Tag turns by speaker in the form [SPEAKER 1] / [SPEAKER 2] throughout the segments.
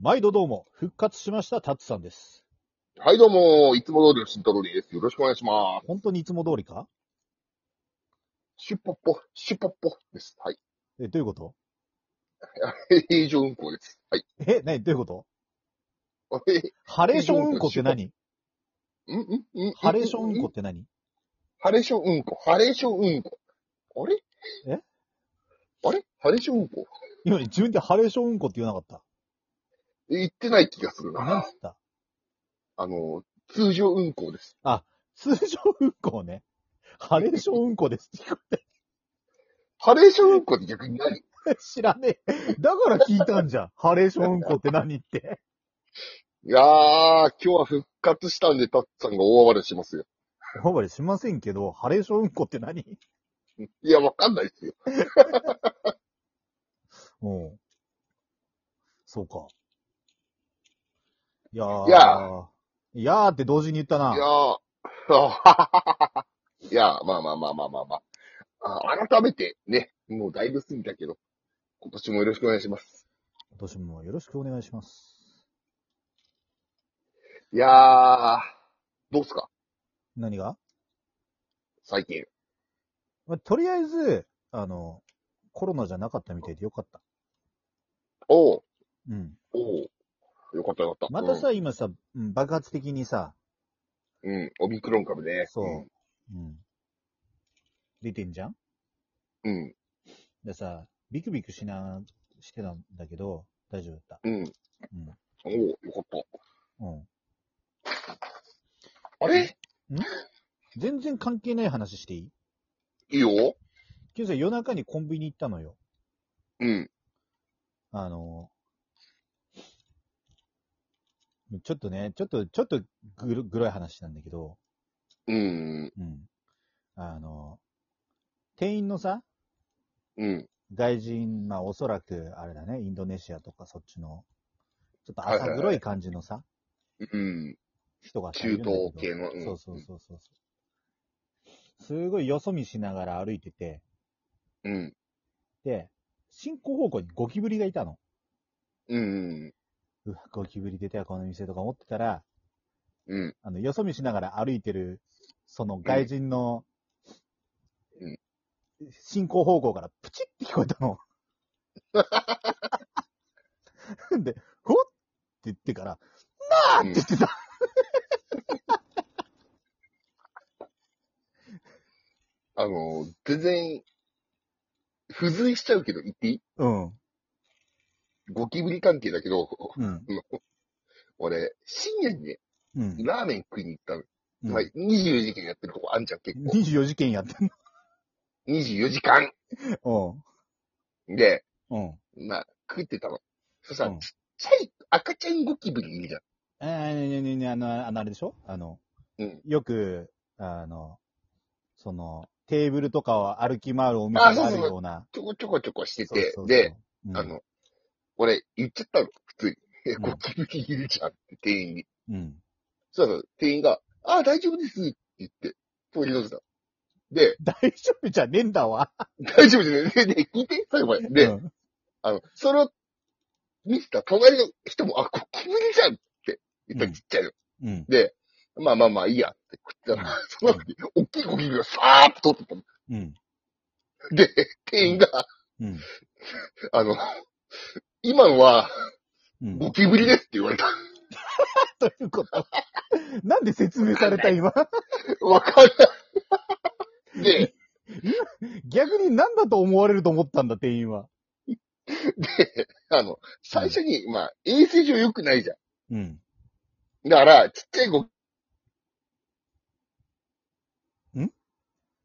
[SPEAKER 1] 毎度どうも、復活しました、タッツさんです。
[SPEAKER 2] はい、どうも、いつも通りの新太郎です。よろしくお願いします。
[SPEAKER 1] 本当にいつも通りか
[SPEAKER 2] シュッポッポ、シュッポッポです。はい。
[SPEAKER 1] え、どういうこと
[SPEAKER 2] 平常運行です。はい。
[SPEAKER 1] え、何どういうこと
[SPEAKER 2] え
[SPEAKER 1] ハレーションうんこって何
[SPEAKER 2] うんうんうん
[SPEAKER 1] ハレーションうんこ
[SPEAKER 2] ん
[SPEAKER 1] って何
[SPEAKER 2] ハレーションうんこ。ハレーションうんこ。あれ
[SPEAKER 1] え
[SPEAKER 2] あれハレーションうんこ
[SPEAKER 1] 今自分でハレーションうんこって言わなかっ
[SPEAKER 2] 言ってない気がする
[SPEAKER 1] た。何
[SPEAKER 2] な
[SPEAKER 1] つ。った
[SPEAKER 2] あの、通常運行です。
[SPEAKER 1] 通常うんこね。ハレーションうんこですって聞こ
[SPEAKER 2] ハレーションうんこって逆に何
[SPEAKER 1] えた。知らねえ。だから聞いたんじゃん。ハレーションうんこって何って。
[SPEAKER 2] いやー、今日は復活したんで、たっさんが大暴れしますよ。
[SPEAKER 1] おばれしませんけど、ハレーションうんこって何
[SPEAKER 2] いや、わかんないですよ。
[SPEAKER 1] うん。そうか。いやー。
[SPEAKER 2] いや
[SPEAKER 1] いやーって同時に言ったな。
[SPEAKER 2] いやー、 あいやー、まあまあまあまあまあまあ。あ改めて、ね、もうだいぶ過ぎたけど、今年もよろしくお願いします。
[SPEAKER 1] 今年もよろしくお願いします。
[SPEAKER 2] いやー、どうっすか
[SPEAKER 1] 何が、
[SPEAKER 2] 最近。
[SPEAKER 1] まあ、とりあえず、あの、コロナじゃなかったみたいでよかった。
[SPEAKER 2] おう、
[SPEAKER 1] うん。
[SPEAKER 2] おう。よかったよかった。
[SPEAKER 1] またさ、今さ、うん爆発的にさ、
[SPEAKER 2] うん、うん、オミクロン株ね。
[SPEAKER 1] そう。うん。出てんじゃん
[SPEAKER 2] うん。
[SPEAKER 1] でさ、ビクビクしな、してたんだけど、大丈夫だった。
[SPEAKER 2] うん、うん。
[SPEAKER 1] うん。
[SPEAKER 2] おう、よかっ
[SPEAKER 1] うん。
[SPEAKER 2] た。あれ
[SPEAKER 1] 全然関係ない話していい
[SPEAKER 2] いいよ。
[SPEAKER 1] 今日さ、夜中にコンビニ行ったのよ。
[SPEAKER 2] うん、
[SPEAKER 1] あの、ちょっとね、ちょっと、ちょっとぐる、ぐらい話なんだけど、
[SPEAKER 2] うん、
[SPEAKER 1] うん。あの、店員のさ、
[SPEAKER 2] うん、
[SPEAKER 1] 外人、まあおそらく、あれだね、インドネシアとかそっちの、ちょっと
[SPEAKER 2] はいはいはい
[SPEAKER 1] 浅黒い感じのさ、
[SPEAKER 2] うん。
[SPEAKER 1] 人がさ
[SPEAKER 2] 中
[SPEAKER 1] いる
[SPEAKER 2] 東
[SPEAKER 1] んだけど
[SPEAKER 2] 系のうん
[SPEAKER 1] そうそうそうそうそう。すごいよそ見しながら歩いてて、
[SPEAKER 2] うん、
[SPEAKER 1] で、進行方向にゴキブリがいたの。
[SPEAKER 2] うん、
[SPEAKER 1] うわ、ゴキブリ出たよ、この店とか思ってたら、
[SPEAKER 2] うん、
[SPEAKER 1] あの、よそ見しながら歩いてる、その外人の、
[SPEAKER 2] うん
[SPEAKER 1] 進行方向からプチって聞こえたの。 で、ほっって言ってから、あ
[SPEAKER 2] う
[SPEAKER 1] ー
[SPEAKER 2] ん
[SPEAKER 1] って言ってた。
[SPEAKER 2] あの、全然、付随しちゃうけど、言っていい
[SPEAKER 1] うん。
[SPEAKER 2] ゴキブリ関係だけど、
[SPEAKER 1] うん。
[SPEAKER 2] 俺、深夜にね、
[SPEAKER 1] うん。
[SPEAKER 2] ラーメン食いに行ったの。
[SPEAKER 1] うん
[SPEAKER 2] まあ、24時間やってるとこあんじゃん、結構。
[SPEAKER 1] 24時間やってん
[SPEAKER 2] 24時間
[SPEAKER 1] の。
[SPEAKER 2] で、
[SPEAKER 1] うん。うん。
[SPEAKER 2] まあ、食ってたの。そしたら、
[SPEAKER 1] うん
[SPEAKER 2] ちっちゃい赤ちゃんゴキブリいるじゃん。
[SPEAKER 1] えー、ねねねね、あの、あの、あれでしょあの、
[SPEAKER 2] うん
[SPEAKER 1] よく、あの、その、テーブルとかを歩き回るお店
[SPEAKER 2] あそう
[SPEAKER 1] があ
[SPEAKER 2] そう
[SPEAKER 1] る
[SPEAKER 2] そう
[SPEAKER 1] ような。
[SPEAKER 2] ちょこちょこちょこして
[SPEAKER 1] そう
[SPEAKER 2] て
[SPEAKER 1] そ、うそう
[SPEAKER 2] で、、
[SPEAKER 1] うん
[SPEAKER 2] あ、の、俺、言っちゃったの、普通に。え
[SPEAKER 1] うん
[SPEAKER 2] ゴキブリいるじゃんって、店員に。
[SPEAKER 1] うん。
[SPEAKER 2] そしたら、店員が、ああ、大丈夫ですって言って、通り出した。 で、
[SPEAKER 1] 大丈夫じゃねえんだわ。
[SPEAKER 2] 大丈夫ですね。で、で聞いて、最後まで。で、
[SPEAKER 1] うん
[SPEAKER 2] あの、その、見せた隣の人も、あ、ゴキブリじゃんって言ったらちっちゃいの。
[SPEAKER 1] うん。
[SPEAKER 2] で、まあまあまあいいやって食ったら、その後に大きいゴキブリがさーっと取ってっ
[SPEAKER 1] うん。
[SPEAKER 2] たの。で、店員が、
[SPEAKER 1] うん。
[SPEAKER 2] あの、今のは
[SPEAKER 1] うん。
[SPEAKER 2] ゴキブリですって言われた。
[SPEAKER 1] とい うこと。なんで説明された 今。
[SPEAKER 2] わかんない。で、
[SPEAKER 1] 逆に何だと思われると思ったんだ、店員は。
[SPEAKER 2] で、あの、最初に、まあ、衛生上良くないじゃ
[SPEAKER 1] うん。
[SPEAKER 2] ん。だから、ちっちゃいゴ
[SPEAKER 1] ん
[SPEAKER 2] い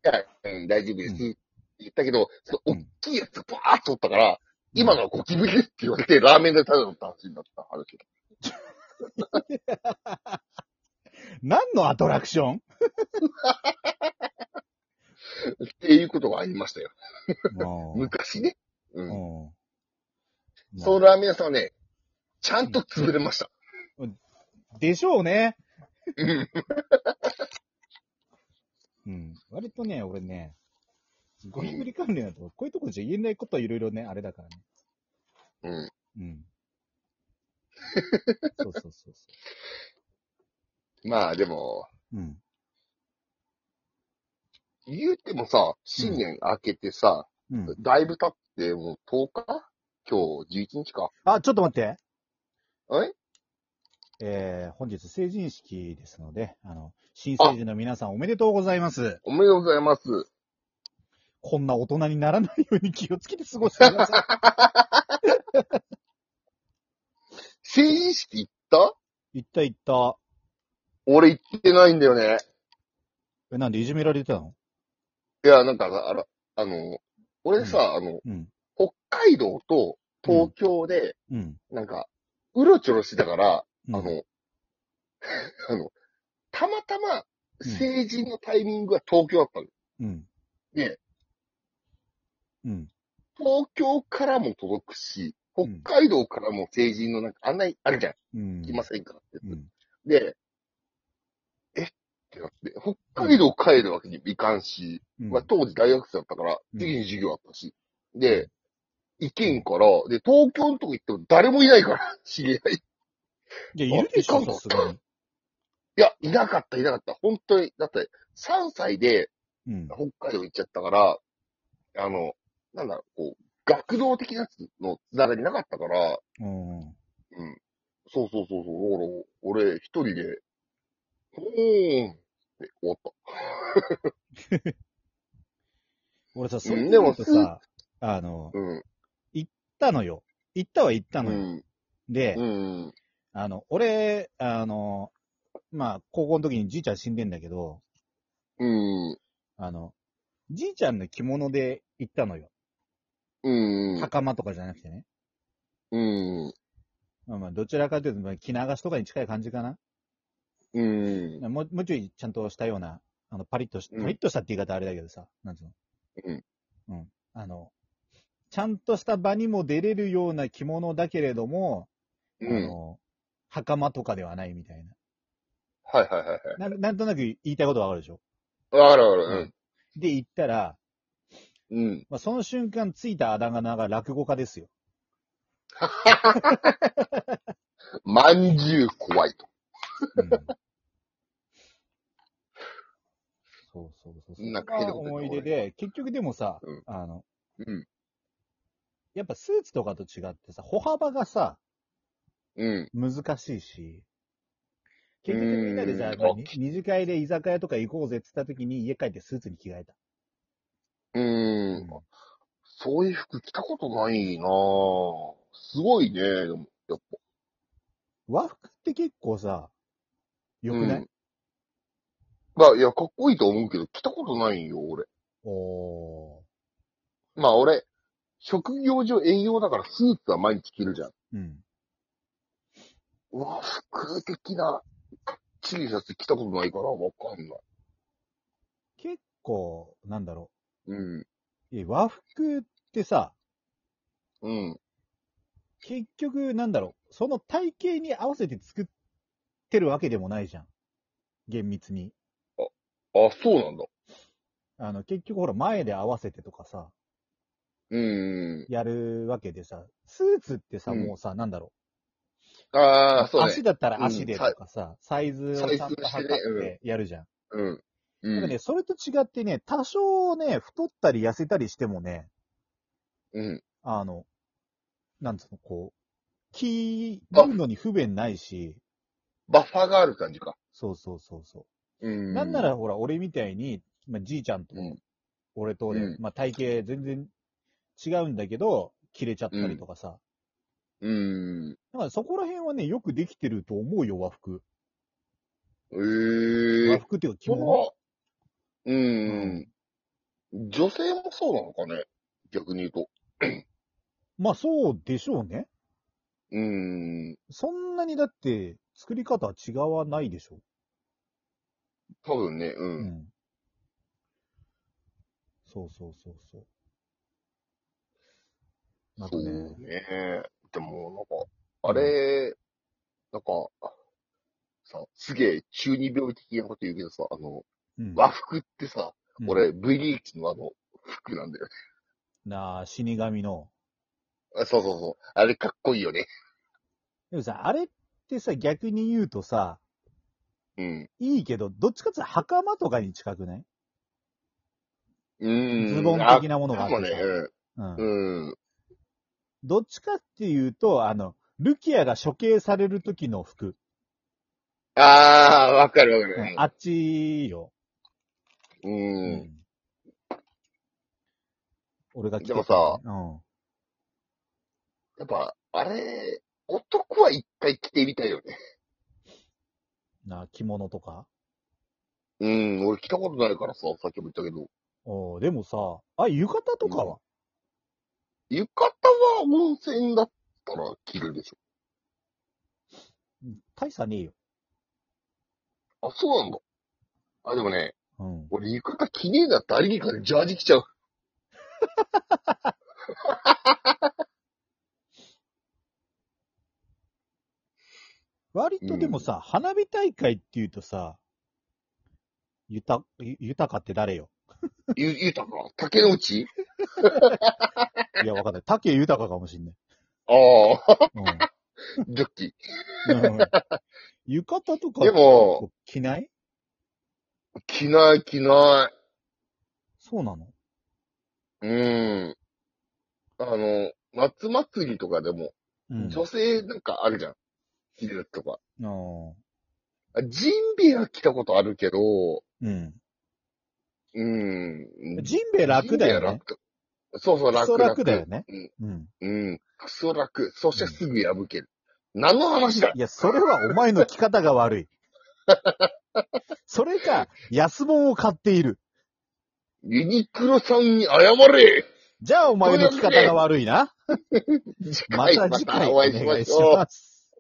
[SPEAKER 2] や、うん、大丈夫です。
[SPEAKER 1] うん
[SPEAKER 2] って言ったけど、その
[SPEAKER 1] う
[SPEAKER 2] 大
[SPEAKER 1] ん
[SPEAKER 2] きいやつバーっと取ったから、今のはゴキブリですって言われて、ラーメンで食べた話になった話。
[SPEAKER 1] 何のアトラクション
[SPEAKER 2] っていうことがありましたよ。 昔ね。うん。
[SPEAKER 1] もう
[SPEAKER 2] そのラーメン屋さんはね、ちゃんと潰れました。
[SPEAKER 1] でしょうね。
[SPEAKER 2] うん。
[SPEAKER 1] うん。割とね、俺ね、ゴキブリ関連だと、こういうとこじゃ言えないことはいろいろね、あれだからね。
[SPEAKER 2] うん。
[SPEAKER 1] うん。 そうそうそうそ
[SPEAKER 2] まあでも、
[SPEAKER 1] う。うん。
[SPEAKER 2] 言うてもさ、新年明けてさ、
[SPEAKER 1] うん。
[SPEAKER 2] だいぶ経ってもう10日今日11日か。
[SPEAKER 1] あ、ちょっと待って。
[SPEAKER 2] え
[SPEAKER 1] えー、本日成人式ですので、あの、新成人の皆さんおめでとうございます。
[SPEAKER 2] おめでとうございます。
[SPEAKER 1] こんな大人にならないように気をつけて過ごしてくださ
[SPEAKER 2] 成人式行った
[SPEAKER 1] い。行った行った。
[SPEAKER 2] 俺行ってないんだよね。
[SPEAKER 1] え、なんでいじめられてたの
[SPEAKER 2] いや、なんかさ、あら、あの、俺さ、あの、
[SPEAKER 1] うん。
[SPEAKER 2] 北海道と東京で、
[SPEAKER 1] うん。
[SPEAKER 2] なんか、うろちょろしてたから、
[SPEAKER 1] うん
[SPEAKER 2] あの、 あの、たまたま成人のタイミングが東京だったの。
[SPEAKER 1] うん。
[SPEAKER 2] ね
[SPEAKER 1] うん。
[SPEAKER 2] 東京からも届くし、北海道からも成人のなんか案内あるじゃん。
[SPEAKER 1] うん。
[SPEAKER 2] 来ませんかって
[SPEAKER 1] う
[SPEAKER 2] やつ、
[SPEAKER 1] ん。
[SPEAKER 2] で、えってなって、北海道帰るわけにもいかんし、
[SPEAKER 1] うん
[SPEAKER 2] まあ、当時大学生だったから、
[SPEAKER 1] うん
[SPEAKER 2] 次に授業あったし。で、行けんから、で、東京のとこ行っても誰もいないから、 知り合い。い
[SPEAKER 1] いや、いるでしょ、
[SPEAKER 2] あいか
[SPEAKER 1] さ
[SPEAKER 2] んの
[SPEAKER 1] すがに。
[SPEAKER 2] や、いなかった、いなかった。本当に、だって、3歳で
[SPEAKER 1] うん。
[SPEAKER 2] 北海道行っちゃったから、あの、なんだろう、こう、学童的なやつのつながりなかったから、
[SPEAKER 1] うん。
[SPEAKER 2] うん。そうそうそうそう、だから、俺、一人で、おーんって終わった。
[SPEAKER 1] 俺さ、
[SPEAKER 2] う
[SPEAKER 1] そ
[SPEAKER 2] ん
[SPEAKER 1] れ
[SPEAKER 2] で
[SPEAKER 1] で
[SPEAKER 2] も
[SPEAKER 1] もとさ、あの、行っ
[SPEAKER 2] うん。
[SPEAKER 1] たのよ。行ったは行った
[SPEAKER 2] う
[SPEAKER 1] のよ。
[SPEAKER 2] ん。
[SPEAKER 1] で、
[SPEAKER 2] うん。
[SPEAKER 1] あの、俺、あの、まあ、高校の時にじいちゃん死んでんだけど、
[SPEAKER 2] うん。
[SPEAKER 1] あの、じいちゃんの着物で行ったのよ。
[SPEAKER 2] うん。
[SPEAKER 1] 袴とかじゃなくてね。
[SPEAKER 2] うん。
[SPEAKER 1] まあまあ、どちらかというと、まあ、着流しとかに近い感じかな。
[SPEAKER 2] うん。
[SPEAKER 1] もう、もうちょいちゃんとしたような、あの、パリッとし、
[SPEAKER 2] うん
[SPEAKER 1] パリッとしたって言い方あれだけどさ、なんつうの。
[SPEAKER 2] うん。
[SPEAKER 1] うん。あの、ちゃんとした場にも出れるような着物だけれども、
[SPEAKER 2] う
[SPEAKER 1] あ
[SPEAKER 2] ん。
[SPEAKER 1] の、袴とかではないみたい
[SPEAKER 2] はいはいはいはい。
[SPEAKER 1] な。なんなんとなく言いたいことわかるでしょ
[SPEAKER 2] わかるわかる。
[SPEAKER 1] で、行ったら、
[SPEAKER 2] うん。うん。
[SPEAKER 1] まあ、その瞬間ついたあだ名が落語家ですよ。
[SPEAKER 2] まんじゅう怖いと。
[SPEAKER 1] うん、そうそうそうそう。
[SPEAKER 2] なんか
[SPEAKER 1] そこが思い出で、結局でもさ、
[SPEAKER 2] うん
[SPEAKER 1] あの、
[SPEAKER 2] うん。
[SPEAKER 1] やっぱスーツとかと違ってさ、歩幅がさ、
[SPEAKER 2] うん。
[SPEAKER 1] 難しいし、結局みんなでさ、
[SPEAKER 2] うーん
[SPEAKER 1] やっぱりに二次会で居酒屋とか行こうぜって言った時に家帰ってスーツに着替えた。
[SPEAKER 2] う
[SPEAKER 1] うん
[SPEAKER 2] ん。そういう服着たことないなぁ。すごいね。でもやっぱ。
[SPEAKER 1] 和服って結構さ、良くない、
[SPEAKER 2] うんまあ、いや、かっこいいと思うけど、着たことないよ、俺。
[SPEAKER 1] お
[SPEAKER 2] まあ、俺、職業上営業だからスーツは毎日着るじゃん。
[SPEAKER 1] ー。うん。
[SPEAKER 2] 和服的な、かっちりシャツ着たことないから、わかんない。
[SPEAKER 1] 結構、なんだろ
[SPEAKER 2] うん。
[SPEAKER 1] う。え和服ってさ、
[SPEAKER 2] うん。
[SPEAKER 1] 結局、なんだろう、その体型に合わせて作ってるわけでもないじゃん。厳密に。
[SPEAKER 2] あ、そうなんだ。
[SPEAKER 1] あの、結局ほら、前で合わせてとかさ、
[SPEAKER 2] うん。
[SPEAKER 1] やるわけでさ、スーツってさ、
[SPEAKER 2] うん
[SPEAKER 1] もうさ、なんだろう。
[SPEAKER 2] ああ、そう
[SPEAKER 1] 足
[SPEAKER 2] ね。
[SPEAKER 1] だったら足でとかさ、サイズをちゃんと
[SPEAKER 2] サイ
[SPEAKER 1] 測
[SPEAKER 2] ズしてね
[SPEAKER 1] っ
[SPEAKER 2] うん
[SPEAKER 1] てやるじゃん。
[SPEAKER 2] うん。
[SPEAKER 1] でもね、それと違ってね、多少ね、太ったり痩せたりしてもね、
[SPEAKER 2] うん。
[SPEAKER 1] あの、なんつうの、こう、着るのに不便ないし、
[SPEAKER 2] バッファーがある感じか。
[SPEAKER 1] そうそうそうそう。
[SPEAKER 2] うん
[SPEAKER 1] なんな、らほら、俺みたいに、まあ、じいちゃんと
[SPEAKER 2] うん。
[SPEAKER 1] 俺とで、
[SPEAKER 2] うん
[SPEAKER 1] まあ、体型全然違うんだけど、切れちゃったりとかさ。
[SPEAKER 2] うん。
[SPEAKER 1] だからそこら辺はね、よくできてると思うよ、和服。
[SPEAKER 2] ええ
[SPEAKER 1] 和
[SPEAKER 2] ー。
[SPEAKER 1] 服っていうか着
[SPEAKER 2] そ
[SPEAKER 1] 物。
[SPEAKER 2] ううん。女性もそうなのかね逆に言うと。
[SPEAKER 1] まあそうでしょうね。
[SPEAKER 2] うん。
[SPEAKER 1] そんなにだって、作り方は違わないでしょ。
[SPEAKER 2] 多分ね、う。
[SPEAKER 1] うんん。そうそうそうそう。あ
[SPEAKER 2] そ
[SPEAKER 1] と
[SPEAKER 2] う
[SPEAKER 1] ね、
[SPEAKER 2] ね。でも、なんか、あれ、なんか、さ、すげえ中二病的なこと言うけどさ、あの、
[SPEAKER 1] うん。
[SPEAKER 2] 和服ってさ、
[SPEAKER 1] うん、
[SPEAKER 2] 俺、V リーチのあの、服なんだよね。
[SPEAKER 1] なあ、死神の。
[SPEAKER 2] あそうそうそう。あれかっこいいよね。
[SPEAKER 1] でもさ、あれってさ、逆に言うとさ、
[SPEAKER 2] うん。
[SPEAKER 1] いいけど、どっちかっていうと袴とかに近くない
[SPEAKER 2] うん。
[SPEAKER 1] ズボン的なものがあ
[SPEAKER 2] あ
[SPEAKER 1] っ
[SPEAKER 2] かも
[SPEAKER 1] て
[SPEAKER 2] ね、
[SPEAKER 1] さ。うん
[SPEAKER 2] うん。うん。
[SPEAKER 1] どっちかっていうと、あの、ルキアが処刑される時の服。
[SPEAKER 2] ああ、わかるわか
[SPEAKER 1] うん
[SPEAKER 2] る。
[SPEAKER 1] あっちよ。う
[SPEAKER 2] うん。
[SPEAKER 1] ん俺が着てた
[SPEAKER 2] でもさ、
[SPEAKER 1] うん。
[SPEAKER 2] やっぱ、あれ、男は一回着てみたいよね。
[SPEAKER 1] な、着物とか。
[SPEAKER 2] うん、俺着たことないからさ、さっきも言ったけど。
[SPEAKER 1] おーでもさ、あ、浴衣とかは、
[SPEAKER 2] 浴衣は温泉だったら着るでし
[SPEAKER 1] 大差ねえよ。
[SPEAKER 2] ょ。あ、そうなんだ。あ、でもね、
[SPEAKER 1] うん。
[SPEAKER 2] 俺浴衣着ねえなってありにからジャージ着ちゃう。
[SPEAKER 1] 割とでもさ、花火大会っていうとさ、ゆた、ゆ、豊かって誰よ
[SPEAKER 2] ゆ、ゆたか竹の内
[SPEAKER 1] いや、わかんない。竹豊かかもしんない。
[SPEAKER 2] ああ、
[SPEAKER 1] うん。
[SPEAKER 2] ジョッキー。
[SPEAKER 1] うん浴衣とか
[SPEAKER 2] でも、
[SPEAKER 1] 着ない
[SPEAKER 2] 着ない着な
[SPEAKER 1] そうなの
[SPEAKER 2] い。うん。あの、夏祭りとかでも、
[SPEAKER 1] うん。
[SPEAKER 2] 女性なんかあるじゃん。着るやつとか。
[SPEAKER 1] あ
[SPEAKER 2] あジンベエは着たことあるけど、
[SPEAKER 1] ーうん。
[SPEAKER 2] うん。
[SPEAKER 1] ジンベエ楽だよ
[SPEAKER 2] ジンベエ
[SPEAKER 1] ね。
[SPEAKER 2] 楽そうそう、
[SPEAKER 1] ク
[SPEAKER 2] 楽
[SPEAKER 1] ソ
[SPEAKER 2] 楽。
[SPEAKER 1] 楽だよね。
[SPEAKER 2] うん。
[SPEAKER 1] うん。
[SPEAKER 2] うん。クソ楽。そしてすぐ破ける。何の話だ
[SPEAKER 1] いや、それはお前の着方が悪 い。それか、安物を買っている。
[SPEAKER 2] ユニクロさんに謝れ
[SPEAKER 1] じゃあお前の着方が悪いな。
[SPEAKER 2] 次
[SPEAKER 1] ま
[SPEAKER 2] 回、
[SPEAKER 1] た
[SPEAKER 2] ま
[SPEAKER 1] 次回
[SPEAKER 2] た
[SPEAKER 1] お
[SPEAKER 2] お
[SPEAKER 1] 願
[SPEAKER 2] 会
[SPEAKER 1] い
[SPEAKER 2] いし
[SPEAKER 1] し
[SPEAKER 2] ましょう。
[SPEAKER 1] ます。